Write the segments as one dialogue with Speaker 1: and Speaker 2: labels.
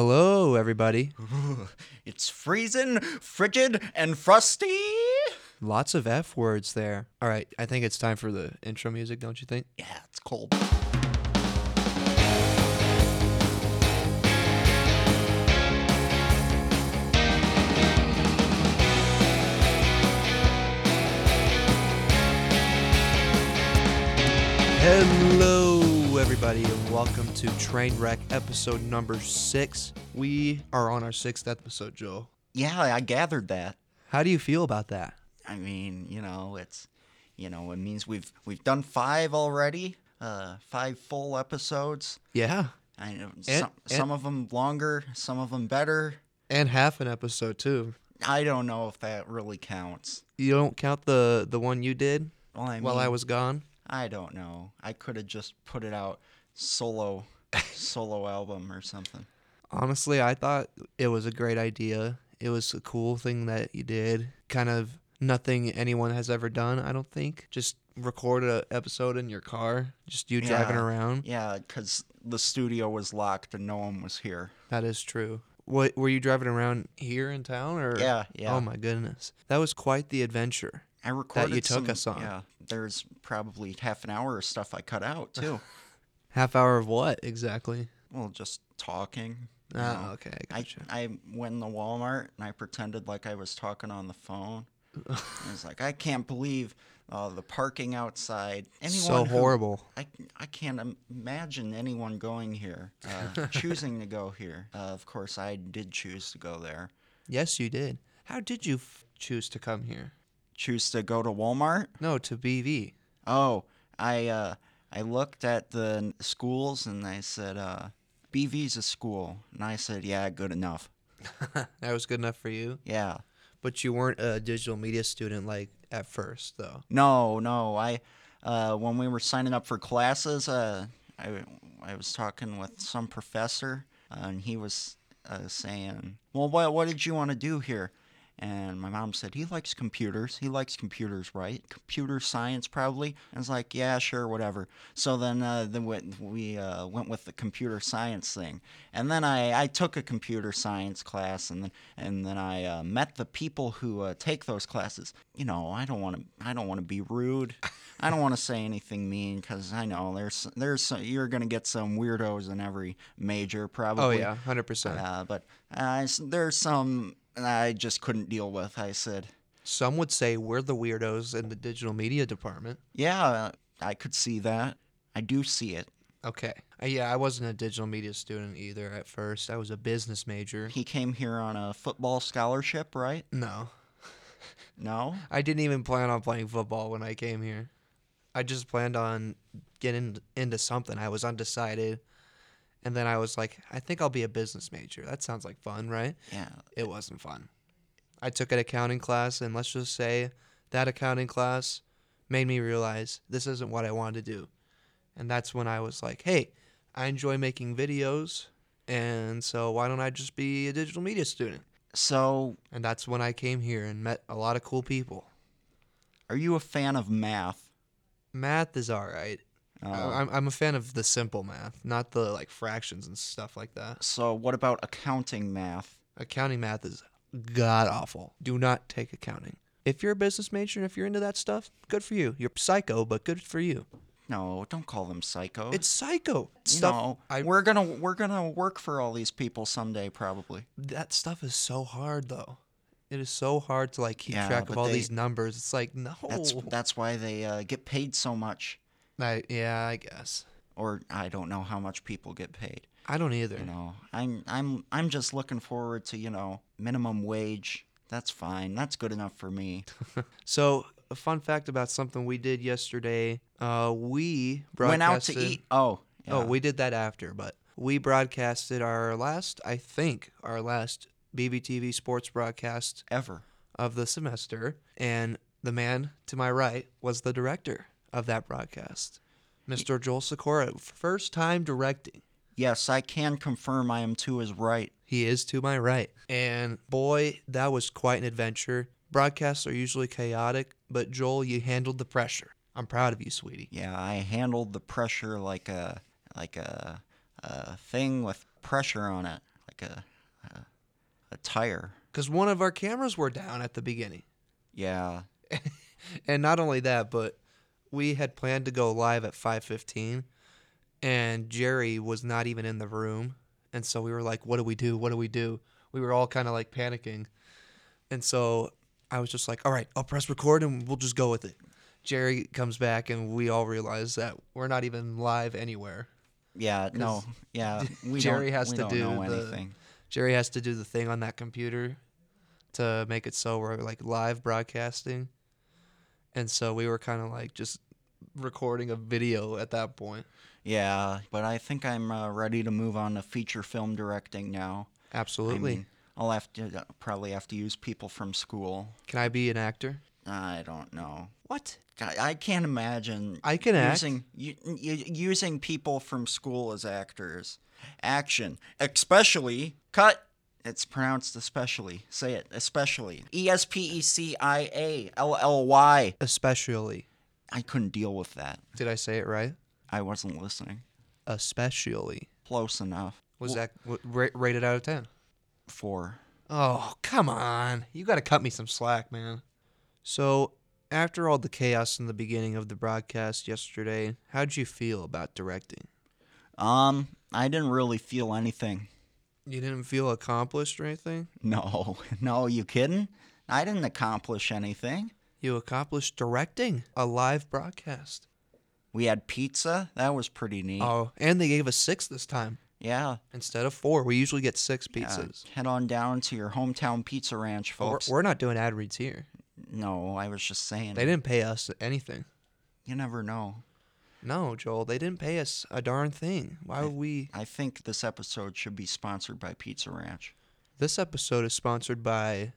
Speaker 1: Hello, everybody.
Speaker 2: It's freezing, frigid, and frosty.
Speaker 1: Lots of F words there. All right, I think it's time for the intro music, don't you think?
Speaker 2: Yeah, it's cold.
Speaker 1: Hello, everybody, and welcome to Trainwreck episode number six. We are on our sixth episode, Joel.
Speaker 2: Yeah, I gathered that.
Speaker 1: How do you feel about that?
Speaker 2: I mean, you know, it's, you know, it means we've we've done five already. Uh, five full episodes.
Speaker 1: Yeah.
Speaker 2: I know some,
Speaker 1: and-
Speaker 2: some of them longer, some of them better.
Speaker 1: And half an episode, too.
Speaker 2: I don't know if that really counts.
Speaker 1: You don't count the, the one you did
Speaker 2: Well, I mean,
Speaker 1: while I was gone?
Speaker 2: I don't know. I could have just put it out solo, solo album or something.
Speaker 1: Honestly, I thought it was a great idea. It was a cool thing that you did. Kind of nothing anyone has ever done, I don't think. Just record a episode in your car, just you driving
Speaker 2: Yeah.
Speaker 1: around.
Speaker 2: Yeah, because the studio was locked and no one was here.
Speaker 1: That is true. What were you driving around here in town or
Speaker 2: Yeah, yeah.
Speaker 1: Oh my goodness. That was quite the adventure.
Speaker 2: I recorded
Speaker 1: you took
Speaker 2: some-
Speaker 1: us on.
Speaker 2: Yeah, there's probably half an hour of stuff I cut out too.
Speaker 1: Half hour of what exactly?
Speaker 2: well, just talking.
Speaker 1: Oh,
Speaker 2: you know.
Speaker 1: okay. I
Speaker 2: I
Speaker 1: gotcha.
Speaker 2: I went in the Walmart and I pretended like I was talking on the phone. I was like, I can't believe uh, the parking outside. Anyone
Speaker 1: so
Speaker 2: who-
Speaker 1: horrible.
Speaker 2: I, I can't im- imagine anyone going here, uh, choosing to go here. Uh, of course, I did choose to go there.
Speaker 1: Yes, you did. How did you f- choose to come here?
Speaker 2: Choose to go to Walmart.
Speaker 1: No, to BV.
Speaker 2: Oh, I uh, I looked at the n- schools and I said, uh, BV's a school, and I said, yeah, good enough.
Speaker 1: that was good enough for you.
Speaker 2: Yeah.
Speaker 1: But you weren't a digital media student like at first, though.
Speaker 2: No, no, I uh, when we were signing up for classes, uh, I I was talking with some professor, uh, and he was uh, saying, well, what what did you want to do here? And my mom said, he likes computers. He likes computers, right? Computer science, probably. I was like, yeah, sure, whatever. So then, uh, then we, we uh, went with the computer science thing. And then I, I took a computer science class, and then and then I uh, met the people who uh, take those classes. You know, I don't want to I don't want to be rude. I don't want to say anything mean because I know there's there's some, you're gonna get some weirdos in every major probably.
Speaker 1: Oh yeah, hundred percent.
Speaker 2: Uh, but uh, I s- there's some I just couldn't deal with. I said,
Speaker 1: Some would say we're the weirdos in the digital media department.
Speaker 2: yeah, I could see that. I do see it.
Speaker 1: Okay. Uh, yeah, I wasn't a digital media student either at first. I was a business major.
Speaker 2: He came here on a football scholarship, right?
Speaker 1: No,
Speaker 2: No?
Speaker 1: I didn't even plan on playing football when I came here. I just planned on getting into something. I was undecided, and then I was like, I think I'll be a business major. That sounds like fun, right?
Speaker 2: Yeah.
Speaker 1: it wasn't fun. I took an accounting class, and let's just say that accounting class made me realize this isn't what I wanted to do. And that's when I was like, hey, I enjoy making videos, and so why don't I just be a digital media student?
Speaker 2: So,
Speaker 1: And that's when I came here and met a lot of cool people.
Speaker 2: are you a fan of math?
Speaker 1: Math is all right.
Speaker 2: Uh,
Speaker 1: I- I'm, I'm a fan of the simple math, not the like fractions and stuff like that.
Speaker 2: so, what about accounting math?
Speaker 1: Accounting math is god awful. Do not take accounting. If you're a business major and if you're into that stuff, good for you. You're psycho, but good for you.
Speaker 2: No, don't call them psycho.
Speaker 1: It's psycho
Speaker 2: you
Speaker 1: stuff.
Speaker 2: know,
Speaker 1: I,
Speaker 2: we're gonna we're gonna work for all these people someday, probably.
Speaker 1: that stuff is so hard though. It is so hard to like keep
Speaker 2: Yeah,
Speaker 1: track of
Speaker 2: but
Speaker 1: all
Speaker 2: they-
Speaker 1: these numbers. It's like no.
Speaker 2: That's that's why they uh, get paid so much,
Speaker 1: I, yeah, I guess.
Speaker 2: or I don't know how much people get paid.
Speaker 1: I don't either.
Speaker 2: You know, I'm I'm I'm just looking forward to you know minimum wage. That's fine. That's good enough for me.
Speaker 1: So a fun fact about something we did yesterday. Uh, we
Speaker 2: Went out
Speaker 1: broadcasted.
Speaker 2: to eat. Oh,
Speaker 1: Oh,
Speaker 2: yeah.
Speaker 1: we did that after, but we broadcasted our last, I think, our last BBTV sports broadcast
Speaker 2: ever.
Speaker 1: of the semester. And the man to my right was the director of that broadcast, Mr. Joel Sikora. First time directing.
Speaker 2: Yes, I can confirm I am to his right.
Speaker 1: He is to my right. And boy, that was quite an adventure. Broadcasts are usually chaotic, but Joel, you handled the pressure. I'm proud of you, sweetie.
Speaker 2: Yeah, I handled the pressure like a like a, a thing with pressure on it, like like a a, a tire.
Speaker 1: because one of our cameras were down at the beginning.
Speaker 2: Yeah.
Speaker 1: and not only that, but we had planned to go live at 5:15 and Jerry was not even in the room. And so we were like, what do we do? What do we do? We were all kind of like panicking. And so I was just like, all right, I'll press record and we'll just go with it. Jerry comes back and we all realize that we're not even live anywhere.
Speaker 2: Yeah, no. Yeah, we
Speaker 1: Jerry
Speaker 2: don't,
Speaker 1: has
Speaker 2: we
Speaker 1: to
Speaker 2: don't
Speaker 1: do
Speaker 2: know
Speaker 1: the-
Speaker 2: anything.
Speaker 1: Jerry has to do the thing on that computer to make it so we're like live broadcasting. And so we were kind of like just recording a video at that point.
Speaker 2: Yeah, but I think I'm uh, ready to move on to feature film directing now.
Speaker 1: Absolutely.
Speaker 2: I mean, I'll have to uh, probably have to use people from school.
Speaker 1: Can I be an actor?
Speaker 2: I don't know.
Speaker 1: What?
Speaker 2: I, I can't imagine
Speaker 1: I can act.
Speaker 2: using u- u- using people from school as actors. Action, especially cut. It's pronounced especially. Say it especially. E S P E C I A L L Y.
Speaker 1: Especially.
Speaker 2: I couldn't deal with that.
Speaker 1: Did I say it right?
Speaker 2: I wasn't listening
Speaker 1: Especially.
Speaker 2: close enough.
Speaker 1: Was that w- ra- rated out of 10?
Speaker 2: Four.
Speaker 1: Oh, come on. You got to cut me some slack, man. So, after all the chaos in the beginning of the broadcast yesterday, how'd you feel about directing?
Speaker 2: Um, I didn't really feel anything.
Speaker 1: You didn't feel accomplished or anything?
Speaker 2: No, no, you kidding? I didn't accomplish anything.
Speaker 1: You accomplished directing a live broadcast.
Speaker 2: We had pizza. That was pretty neat.
Speaker 1: Oh, and they gave us six this time
Speaker 2: yeah.
Speaker 1: instead of four. We usually get six
Speaker 2: yeah.
Speaker 1: pizzas.
Speaker 2: Head on down to your hometown pizza ranch,
Speaker 1: But
Speaker 2: folks.
Speaker 1: We're, we're not doing ad reads here.
Speaker 2: no, I was just saying.
Speaker 1: They didn't pay us anything.
Speaker 2: You never know.
Speaker 1: No, Joel, they didn't pay us a darn thing. Why would we?
Speaker 2: I think this episode should be sponsored by Pizza Ranch.
Speaker 1: This episode is sponsored by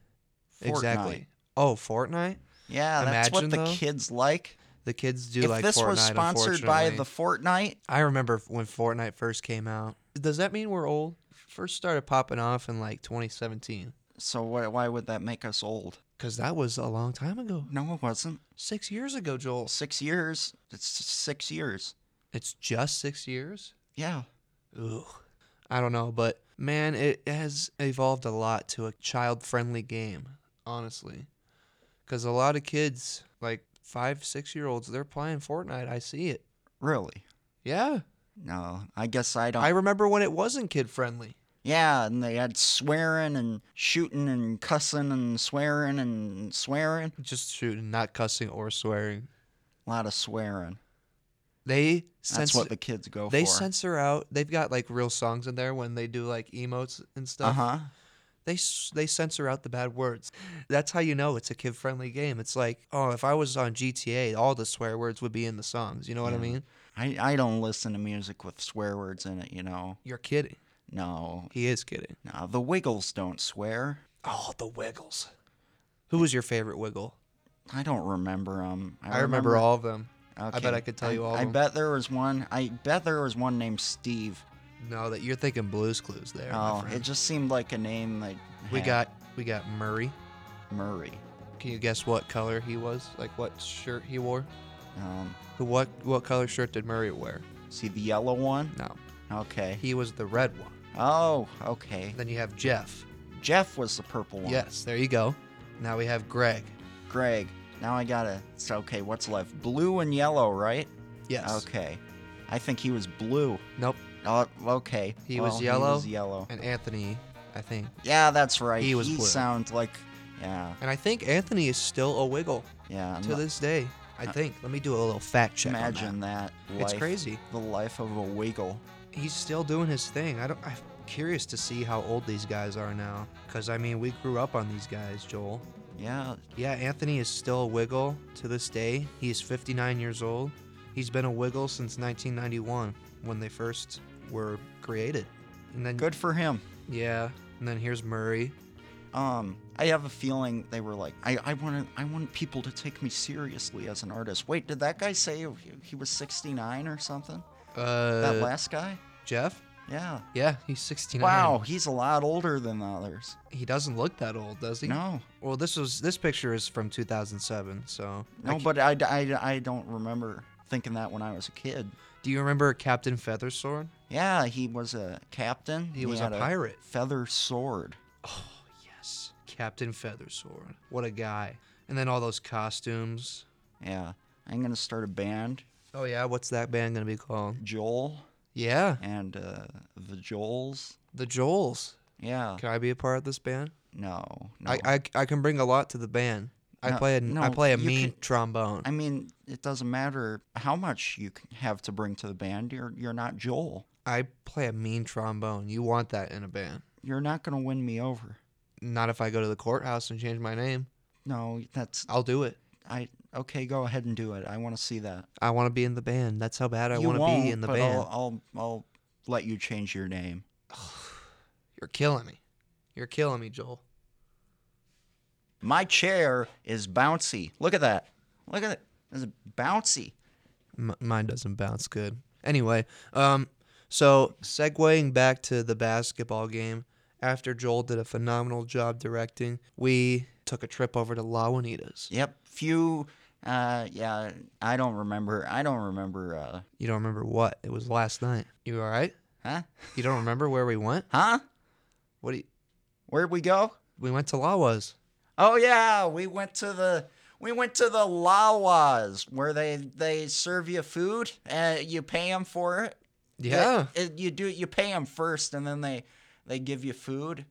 Speaker 2: Fortnite.
Speaker 1: exactly. Oh, Fortnite.
Speaker 2: Yeah, that's
Speaker 1: Imagine,
Speaker 2: what the
Speaker 1: though.
Speaker 2: kids like.
Speaker 1: The kids do
Speaker 2: if
Speaker 1: like
Speaker 2: this
Speaker 1: Fortnite.
Speaker 2: was sponsored by
Speaker 1: unfortunately.
Speaker 2: the Fortnite,
Speaker 1: I remember when Fortnite first came out. Does that mean we're old? First started popping off in like 2017,
Speaker 2: so what, why would that make us old?
Speaker 1: because that was a long time ago.
Speaker 2: No, it wasn't.
Speaker 1: Six years ago, Joel.
Speaker 2: Six years. It's six years.
Speaker 1: It's just six years.
Speaker 2: Yeah.
Speaker 1: Ooh, I don't know, but man, it has evolved a lot to a child-friendly game, honestly. Because a lot of kids, like five, six-year-olds, they're playing Fortnite. I see it.
Speaker 2: Really?
Speaker 1: Yeah,
Speaker 2: No, I guess I don't.
Speaker 1: I remember when it wasn't kid-friendly.
Speaker 2: yeah, and they had swearing and shooting and cussing and swearing and swearing.
Speaker 1: Just shooting, not cussing or swearing.
Speaker 2: A lot of swearing.
Speaker 1: They
Speaker 2: That's
Speaker 1: censor.
Speaker 2: what the kids go
Speaker 1: They
Speaker 2: for.
Speaker 1: censor out. They've got like real songs in there when they do like emotes and
Speaker 2: Uh
Speaker 1: stuff.
Speaker 2: huh.
Speaker 1: they s- they censor out the bad words. That's how you know it's a kid friendly game. It's like, oh, if I was on GTA, all the swear words would be in the songs. You know what I
Speaker 2: Yeah.
Speaker 1: mean?
Speaker 2: I, I don't listen to music with swear words in it, you know.
Speaker 1: You're kidding.
Speaker 2: No.
Speaker 1: He is kidding.
Speaker 2: No, the Wiggles don't swear.
Speaker 1: Oh, the Wiggles. Who was your favorite Wiggle?
Speaker 2: I don't remember them.
Speaker 1: I, remember, all of them. I bet
Speaker 2: Okay.
Speaker 1: I could tell you all.
Speaker 2: I
Speaker 1: of them.
Speaker 2: bet there was one. I bet there was one named Steve.
Speaker 1: No, that you're thinking Blue's Clues there. my
Speaker 2: Oh,
Speaker 1: friend.
Speaker 2: it just seemed like a name like
Speaker 1: we got we got Murray.
Speaker 2: Murray.
Speaker 1: Can you guess what color he was? Like what shirt he wore?
Speaker 2: Um,
Speaker 1: Who what what color shirt did Murray wear?
Speaker 2: see the yellow one.
Speaker 1: No,
Speaker 2: Okay.
Speaker 1: he was the red one.
Speaker 2: Oh, okay.
Speaker 1: Then you have Jeff.
Speaker 2: Jeff was the purple one.
Speaker 1: Yes, there you go. Now we have Greg.
Speaker 2: Greg. Now I gotta. So okay, what's left? Blue and yellow, right?
Speaker 1: Yes.
Speaker 2: Okay. I think he was blue.
Speaker 1: Nope.
Speaker 2: Oh, okay.
Speaker 1: He was
Speaker 2: Well,
Speaker 1: yellow.
Speaker 2: He was yellow.
Speaker 1: And Anthony, I think.
Speaker 2: Yeah, that's right.
Speaker 1: He was
Speaker 2: He
Speaker 1: blue.
Speaker 2: sounds like. Yeah,
Speaker 1: And I think Anthony is still a wiggle
Speaker 2: yeah.
Speaker 1: to this day. I think. Let me do a little fact check. on that.
Speaker 2: Imagine that.
Speaker 1: It's
Speaker 2: life-
Speaker 1: crazy.
Speaker 2: The life of a wiggle.
Speaker 1: He's still doing his thing. I don't. I'm curious to see how old these guys are now. Cause I mean, we grew up on these guys, Joel.
Speaker 2: Yeah,
Speaker 1: Yeah, Anthony is still a wiggle to this day. He is 59 years old. He's been a wiggle since 1991 when they first were created. And then
Speaker 2: good for him.
Speaker 1: Yeah. And then here's Murray.
Speaker 2: Um, I have a feeling they were like, I, I want to, I want people to take me seriously as an artist. Wait, did that guy say he- he was 69 or something?
Speaker 1: Uh,
Speaker 2: that last guy?
Speaker 1: Jeff?
Speaker 2: Yeah.
Speaker 1: Yeah, he's 69.
Speaker 2: Wow, he's a lot older than the others.
Speaker 1: He doesn't look that old, does he?
Speaker 2: No,
Speaker 1: Well, this was this picture is from 2007, so I
Speaker 2: no,
Speaker 1: ca-
Speaker 2: but I, I, I don't remember thinking that when I was a kid.
Speaker 1: do you remember Captain Feathersword?
Speaker 2: Yeah, he was a captain.
Speaker 1: He was a
Speaker 2: had
Speaker 1: pirate.
Speaker 2: feather sword.
Speaker 1: Yes. Captain Feathersword. What a guy. And then all those costumes.
Speaker 2: Yeah. I'm going to start a band,
Speaker 1: Oh yeah, what's that band gonna be called?
Speaker 2: Joel
Speaker 1: Yeah,
Speaker 2: and uh, the Joels.
Speaker 1: the Joels.
Speaker 2: Yeah.
Speaker 1: Can I be a part of this band?
Speaker 2: No. No.
Speaker 1: I, I I can bring a lot to the band. I
Speaker 2: No,
Speaker 1: play a I
Speaker 2: no,
Speaker 1: play a
Speaker 2: you
Speaker 1: mean
Speaker 2: can-
Speaker 1: trombone.
Speaker 2: I mean, it doesn't matter how much you can have to bring to the band. You're you're not Joel.
Speaker 1: I play a mean trombone. You want that in a band?
Speaker 2: You're not going to win me over.
Speaker 1: Not if I go to the courthouse and change my name.
Speaker 2: No, that's
Speaker 1: I'll do it.
Speaker 2: I okay, go ahead and do it. I want to see that.
Speaker 1: I want to be in the band. That's how bad I
Speaker 2: You
Speaker 1: want to
Speaker 2: won't,
Speaker 1: be in the
Speaker 2: but
Speaker 1: band.
Speaker 2: I'll, I'll I'll let you change your name.
Speaker 1: You're killing me. You're killing me, Joel.
Speaker 2: My chair is bouncy. Look at that. Look at it. It's bouncy.
Speaker 1: M- mine doesn't bounce good. Anyway, um, so segueing back to the basketball game, after Joel did a phenomenal job directing, we took a trip over to La Juanita's.
Speaker 2: Yep. Few. Uh, yeah. I don't remember. I don't remember. Uh,
Speaker 1: You don't remember what? It was last night. You all right?
Speaker 2: huh?
Speaker 1: You don't remember where we went?
Speaker 2: Huh?
Speaker 1: What? Do you,
Speaker 2: Where'd we go?
Speaker 1: we went to Lawa's.
Speaker 2: Oh yeah, we went to the we went to the Lawas where they they serve you food. Uh, you pay them for it.
Speaker 1: Yeah,
Speaker 2: It- you do you pay them first, and then they they give you food.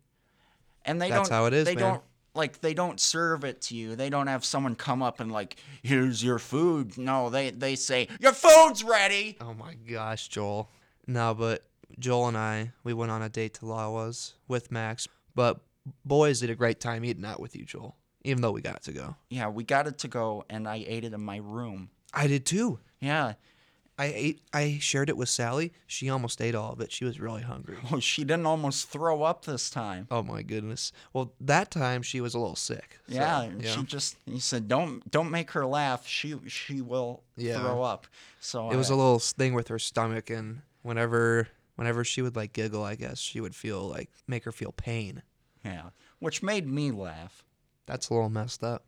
Speaker 2: And they
Speaker 1: That's
Speaker 2: don't.
Speaker 1: how it is,
Speaker 2: They
Speaker 1: man.
Speaker 2: don't like they don't serve it to you. They don't have someone come up and like, here's your food. No, they they say your food's ready.
Speaker 1: Oh my gosh, Joel. No, but Joel and I, we went on a date to Lawa's with Max. But boys did a great time eating out with you, Joel. Even though we got to go.
Speaker 2: Yeah, we got it to go, and I ate it in my room.
Speaker 1: I did too.
Speaker 2: Yeah.
Speaker 1: I ate I shared it with Sally. She almost ate all of it. She was really hungry.
Speaker 2: Oh, she didn't almost throw up this time.
Speaker 1: Oh my goodness. Well, that time she was a little sick. so,
Speaker 2: Yeah, and
Speaker 1: yeah.
Speaker 2: she just he said, "Don't don't make her laugh. She she will
Speaker 1: Yeah.
Speaker 2: throw up." So
Speaker 1: it was
Speaker 2: I-
Speaker 1: a little s- thing with her stomach and whenever whenever she would like giggle, I guess she would feel like make her feel pain.
Speaker 2: yeah, which made me laugh,
Speaker 1: That's a little messed up.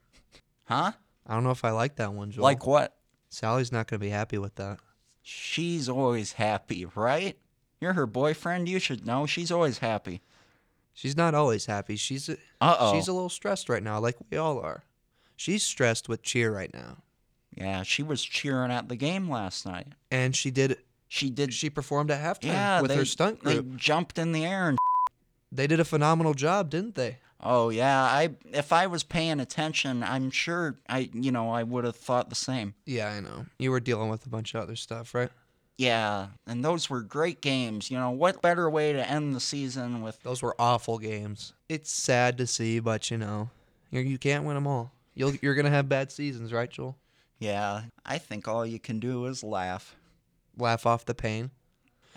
Speaker 2: huh?
Speaker 1: I don't know if I like that one, Joel.
Speaker 2: Like what?
Speaker 1: Sally's not going to be happy with that.
Speaker 2: She's always happy, right? You're her boyfriend. You should know she's always happy.
Speaker 1: She's not always happy. She's a,
Speaker 2: Uh oh.
Speaker 1: she's a little stressed right now, like we all are. She's stressed with cheer right now,
Speaker 2: yeah, she was cheering at the game last night.
Speaker 1: and she did.
Speaker 2: She did.
Speaker 1: She performed at halftime
Speaker 2: yeah,
Speaker 1: with
Speaker 2: they,
Speaker 1: her stunt
Speaker 2: they
Speaker 1: group.
Speaker 2: jumped in the air and.
Speaker 1: They did a phenomenal job, didn't they?
Speaker 2: Oh yeah, I if I was paying attention, I'm sure I you know I would have thought the same.
Speaker 1: Yeah, I know. You were dealing with a bunch of other stuff, right?
Speaker 2: Yeah, and those were great games. You know, what better way to end the season with
Speaker 1: Those were awful games. It's sad to see, but you know, you you can't win them all. You'll, you're gonna have bad seasons, right, Joel?
Speaker 2: Yeah, I think all you can do is laugh.
Speaker 1: Laugh off the pain.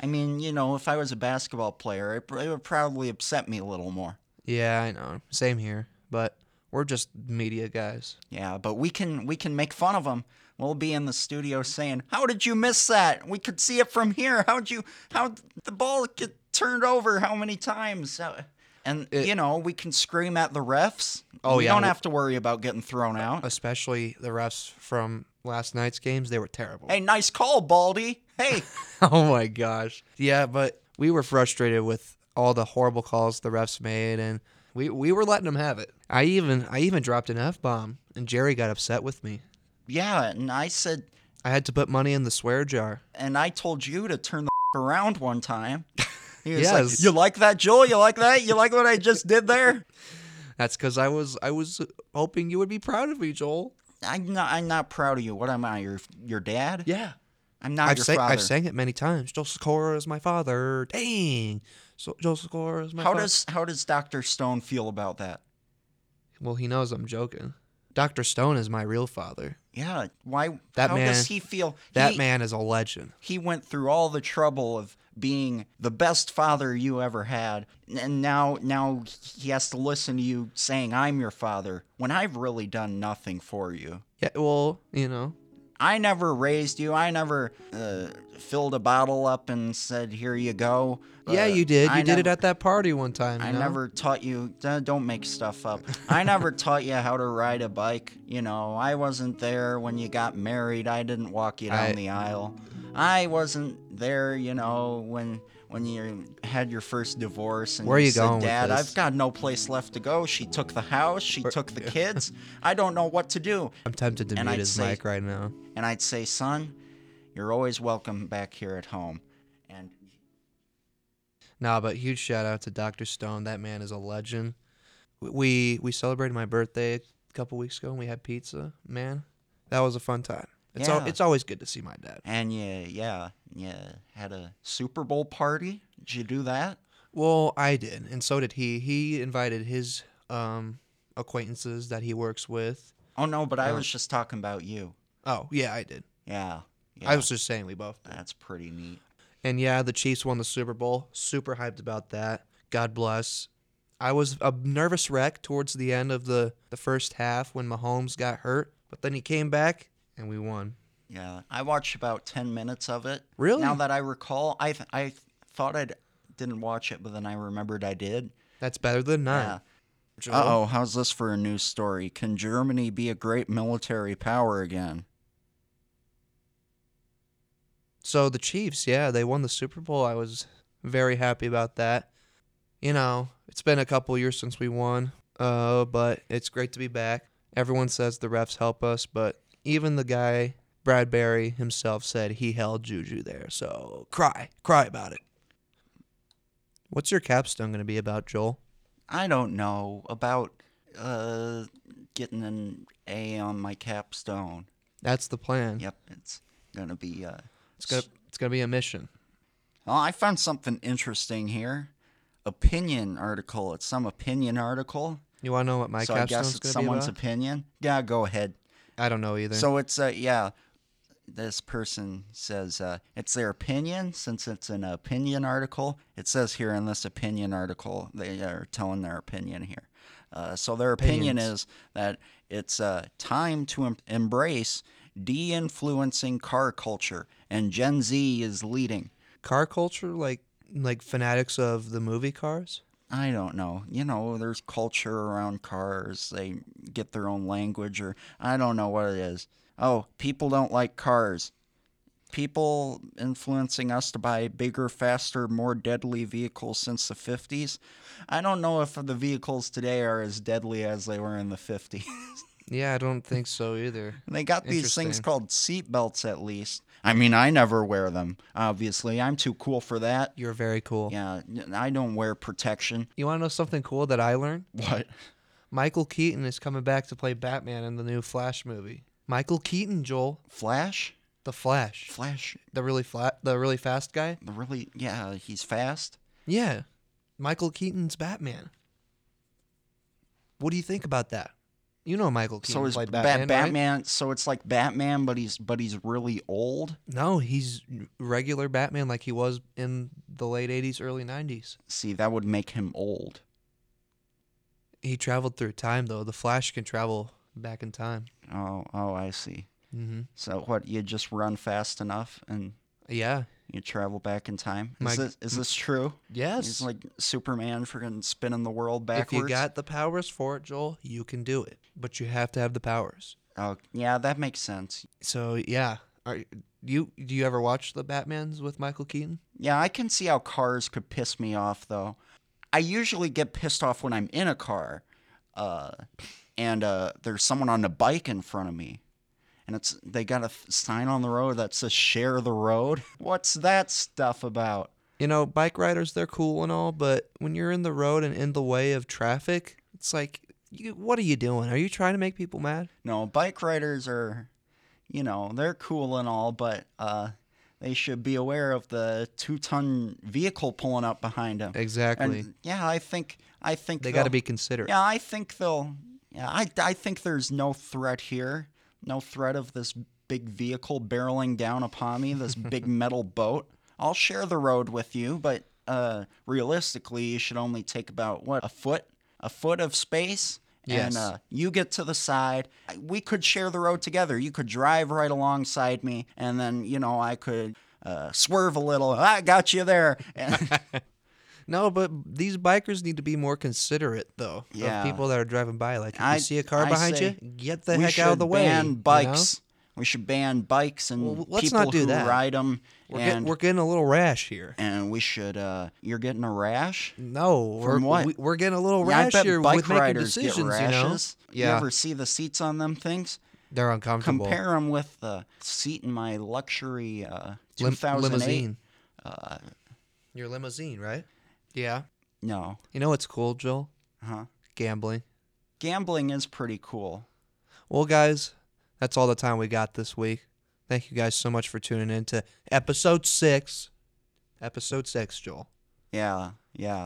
Speaker 2: I mean, you know, if I was a basketball player, it, pr- it would probably upset me a little more.
Speaker 1: Yeah, I know. Same here, but we're just media guys.
Speaker 2: Yeah, but we can we can make fun of them. We'll be in the studio saying, "How did you miss that? We could see it from here. How'd you how the ball get turned over? How many times?" Uh, And
Speaker 1: It-
Speaker 2: you know, we can scream at the refs.
Speaker 1: Oh,
Speaker 2: we
Speaker 1: yeah,
Speaker 2: don't
Speaker 1: we- Uh,
Speaker 2: have to worry about getting thrown out.
Speaker 1: especially the refs from last night's games. They were terrible.
Speaker 2: Hey, nice call, Baldy. Hey.
Speaker 1: oh my gosh. Yeah, but we were frustrated with all the horrible calls the refs made, and we we were letting them have it. I even I even dropped an f bomb, and Jerry got upset with me.
Speaker 2: yeah, and I said
Speaker 1: I had to put money in the swear jar.
Speaker 2: and I told you to turn the around one time. He was
Speaker 1: Yes.
Speaker 2: like, "You like that, Joel? You like that? You like what I just did there?"
Speaker 1: That's because I was I was hoping you would be proud of me, Joel.
Speaker 2: I'm not. I'm not proud of you. What am I? Your your dad?
Speaker 1: Yeah.
Speaker 2: I'm not
Speaker 1: I've,
Speaker 2: your
Speaker 1: sang
Speaker 2: father.
Speaker 1: I've sang it many times. Joel Sikora is my father. Dang. So, Joel Sikora is my
Speaker 2: how
Speaker 1: father.
Speaker 2: does how does Doctor Stone feel about that?
Speaker 1: well, he knows I'm joking. Dr. Stone is my real father.
Speaker 2: Yeah. Why?
Speaker 1: That
Speaker 2: how
Speaker 1: man-
Speaker 2: does he feel?
Speaker 1: That
Speaker 2: he,
Speaker 1: man is a legend.
Speaker 2: He went through all the trouble of being the best father you ever had, and now now he has to listen to you saying, "I'm your father," when I've really done nothing for you.
Speaker 1: Yeah, well, you know,
Speaker 2: I never raised you. I never uh, filled a bottle up and said, "Here you go."
Speaker 1: yeah,
Speaker 2: Uh,
Speaker 1: you did. You
Speaker 2: I
Speaker 1: did it
Speaker 2: nev-
Speaker 1: at that party one time. you
Speaker 2: I
Speaker 1: know?
Speaker 2: never taught you. uh, Don't make stuff up. I never taught you how to ride a bike. You know, I wasn't there when you got married. I didn't walk you down
Speaker 1: I-
Speaker 2: the aisle. I wasn't there, you know, when when you had your first divorce and
Speaker 1: Where are you
Speaker 2: said,
Speaker 1: going with
Speaker 2: Dad,
Speaker 1: this?"
Speaker 2: I've got no place left to go. She took the house, she took the kids. I don't know what to do.
Speaker 1: I'm tempted to
Speaker 2: And
Speaker 1: mute
Speaker 2: I'd
Speaker 1: his
Speaker 2: say-
Speaker 1: mic right now.
Speaker 2: And I'd say, son, you're always welcome back here at home. And
Speaker 1: Nah, but huge shout out to Dr. Stone. That man is a legend. We we celebrated my birthday a couple weeks ago and we had pizza. Man, that was a fun time. It's al-
Speaker 2: Yeah.
Speaker 1: it's always good to see my dad.
Speaker 2: and yeah, yeah, yeah, had a Super Bowl party. Did you do that?
Speaker 1: Well, I did, and so did he. He invited his um acquaintances that he works with.
Speaker 2: Oh no, but I
Speaker 1: Uh,
Speaker 2: was just talking about you.
Speaker 1: Oh, yeah, I did.
Speaker 2: Yeah, yeah.
Speaker 1: I was just saying we both did.
Speaker 2: That's pretty neat.
Speaker 1: And yeah, the Chiefs won the Super Bowl. Super hyped about that. God bless. I was a nervous wreck towards the end of the, the first half when Mahomes got hurt, but then he came back and we won.
Speaker 2: Yeah, I watched about ten minutes of it.
Speaker 1: Really?
Speaker 2: Now that I recall, I th- I thought I didn't watch it, but then I remembered I did.
Speaker 1: That's better than none. Joel.
Speaker 2: Uh oh, how's this for a news story? Can Germany be a great military power again?
Speaker 1: So the Chiefs, yeah, they won the Super Bowl. I was very happy about that. You know, it's been a couple years since we won, uh, but it's great to be back. Everyone says the refs help us, but even the guy, Bradbury himself, said he held Juju there. So cry, cry about it. What's your capstone going to be about, Joel?
Speaker 2: I don't know about uh getting an A on my capstone.
Speaker 1: That's the plan.
Speaker 2: Yep, it's gonna be. Uh,
Speaker 1: Mm-hmm. It's gonna, it's gonna be a mission.
Speaker 2: Oh, I found something interesting here. Opinion article. It's some opinion article.
Speaker 1: You want to know what my
Speaker 2: so I guess
Speaker 1: capstone's
Speaker 2: it's
Speaker 1: going to be
Speaker 2: someone's
Speaker 1: about?
Speaker 2: opinion. Yeah, go ahead.
Speaker 1: I I don't know either.
Speaker 2: So it's uh yeah, this person says uh, it's their opinion since it's an opinion article. It says here in this opinion article they are telling their opinion here. Uh, so their opinion
Speaker 1: Opinions.
Speaker 2: is that it's uh, time to em- embrace de-influencing car culture, and Gen Z is leading.
Speaker 1: car culture, like like fanatics of the movie Cars.
Speaker 2: I don't know. You know, there's culture around cars. They get their own language, or I don't know what it is. Oh, people don't like cars. People influencing us to buy bigger, faster, more deadly vehicles since the 50s. I don't know if the vehicles today are as deadly as they were in the 50s.
Speaker 1: Yeah, I don't think so either.
Speaker 2: they got these things
Speaker 1: Interesting.
Speaker 2: called seatbelts, at least. I mean, I never wear them, obviously. I'm too cool for that.
Speaker 1: You're very cool.
Speaker 2: Yeah, I don't wear protection.
Speaker 1: You want to know something cool that I learned?
Speaker 2: What?
Speaker 1: Michael Keaton is coming back to play Batman in the new Flash movie. Michael Keaton, Joel,
Speaker 2: Flash?
Speaker 1: the Flash,
Speaker 2: Flash,
Speaker 1: the really flat, the really fast guy.
Speaker 2: the really, yeah, he's fast.
Speaker 1: Yeah, Michael Keaton's Batman. What do you think about that? You know Michael Keaton
Speaker 2: so is
Speaker 1: played
Speaker 2: Bat-
Speaker 1: Batman. right?
Speaker 2: Batman. So it's like Batman, but he's but he's really old.
Speaker 1: No, he's regular Batman like he was in the late '80s, early '90s.
Speaker 2: See, that would make him old.
Speaker 1: He traveled through time though. The Flash can travel back in time.
Speaker 2: Oh, oh, I see.
Speaker 1: hmm
Speaker 2: So what? You just run fast enough and
Speaker 1: Yeah.
Speaker 2: you travel back in time.
Speaker 1: My-
Speaker 2: Is this is this true?
Speaker 1: Yes.
Speaker 2: He's like Superman, freaking spinning the world backwards.
Speaker 1: If you got the powers for it, Joel, you can do it. But you have to have the powers.
Speaker 2: oh, yeah, that makes sense.
Speaker 1: So yeah, are you? Do you ever watch the Batman's with Michael Keaton?
Speaker 2: Yeah, I can see how cars could piss me off though. I usually get pissed off when I'm in a car, uh, and uh, there's someone on a bike in front of me, and it's they got a f- sign on the road that says "Share the road." What's that stuff about?
Speaker 1: You know, bike riders they're cool and all, but when you're in the road and in the way of traffic, it's like, you, what are you doing? Are you trying to make people mad?
Speaker 2: No, bike riders are, you know, they're cool and all, but uh, they should be aware of the two-ton vehicle pulling up behind them.
Speaker 1: Exactly.
Speaker 2: And yeah, I think I think
Speaker 1: they got to
Speaker 2: they'll-
Speaker 1: be considerate.
Speaker 2: Yeah, I think they'll. Yeah, I, I think there's no threat here. No threat of this big vehicle barreling down upon me, this big metal boat. I'll share the road with you, but uh, realistically, you should only take about, what, a foot? A foot of space?
Speaker 1: Yes.
Speaker 2: And uh, you get to the side. I- We could share the road together. You could drive right alongside me, and then, you know, I could uh, swerve a little. I got you there. And,
Speaker 1: No, but these bikers need to be more considerate though
Speaker 2: Yeah.
Speaker 1: of people that are driving by. Like, if
Speaker 2: I-
Speaker 1: you see a car
Speaker 2: I
Speaker 1: behind
Speaker 2: say
Speaker 1: you, get the
Speaker 2: we
Speaker 1: heck out of
Speaker 2: should
Speaker 1: the way.
Speaker 2: Ban
Speaker 1: you know?
Speaker 2: bikes We should ban bikes and
Speaker 1: Well, let's
Speaker 2: people
Speaker 1: not do
Speaker 2: who
Speaker 1: that.
Speaker 2: ride them.
Speaker 1: We're,
Speaker 2: and,
Speaker 1: getting, we're getting a little rash here.
Speaker 2: and we should. Uh, you're getting a rash.
Speaker 1: No, we're,
Speaker 2: From what?
Speaker 1: We, we're getting a little
Speaker 2: Yeah, I
Speaker 1: rash
Speaker 2: bet
Speaker 1: here
Speaker 2: bike
Speaker 1: with making
Speaker 2: riders
Speaker 1: decisions.
Speaker 2: get rashes.
Speaker 1: You know,
Speaker 2: You
Speaker 1: yeah,
Speaker 2: ever see the seats on them things?
Speaker 1: they're uncomfortable.
Speaker 2: Compare them with the seat in my luxury uh,
Speaker 1: Lim-
Speaker 2: 2008.
Speaker 1: limousine.
Speaker 2: Uh,
Speaker 1: Your limousine, right? Yeah.
Speaker 2: no,
Speaker 1: You know what's cool, Joel?
Speaker 2: huh?
Speaker 1: Gambling.
Speaker 2: Gambling is pretty cool.
Speaker 1: Well, guys, that's all the time we got this week. Thank you guys so much for tuning in to episode six. Episode six, Joel.
Speaker 2: Yeah, yeah,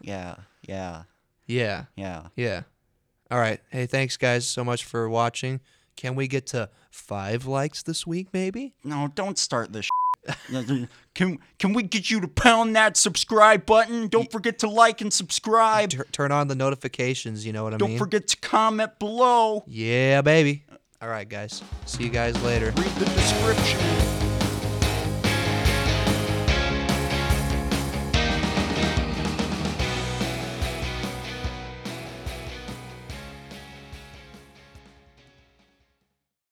Speaker 2: yeah, yeah,
Speaker 1: Yeah.
Speaker 2: yeah.
Speaker 1: Yeah. All right. Hey, thanks guys so much for watching. Can we get to five likes this week, maybe?
Speaker 2: No, don't start this. shit. can can we get you to pound that subscribe button? Don't forget to like and subscribe.
Speaker 1: Tur- turn on the notifications. You know what I
Speaker 2: Don't
Speaker 1: mean?
Speaker 2: forget to comment below.
Speaker 1: Yeah, baby. All right, guys. See you guys later.
Speaker 2: Read the description.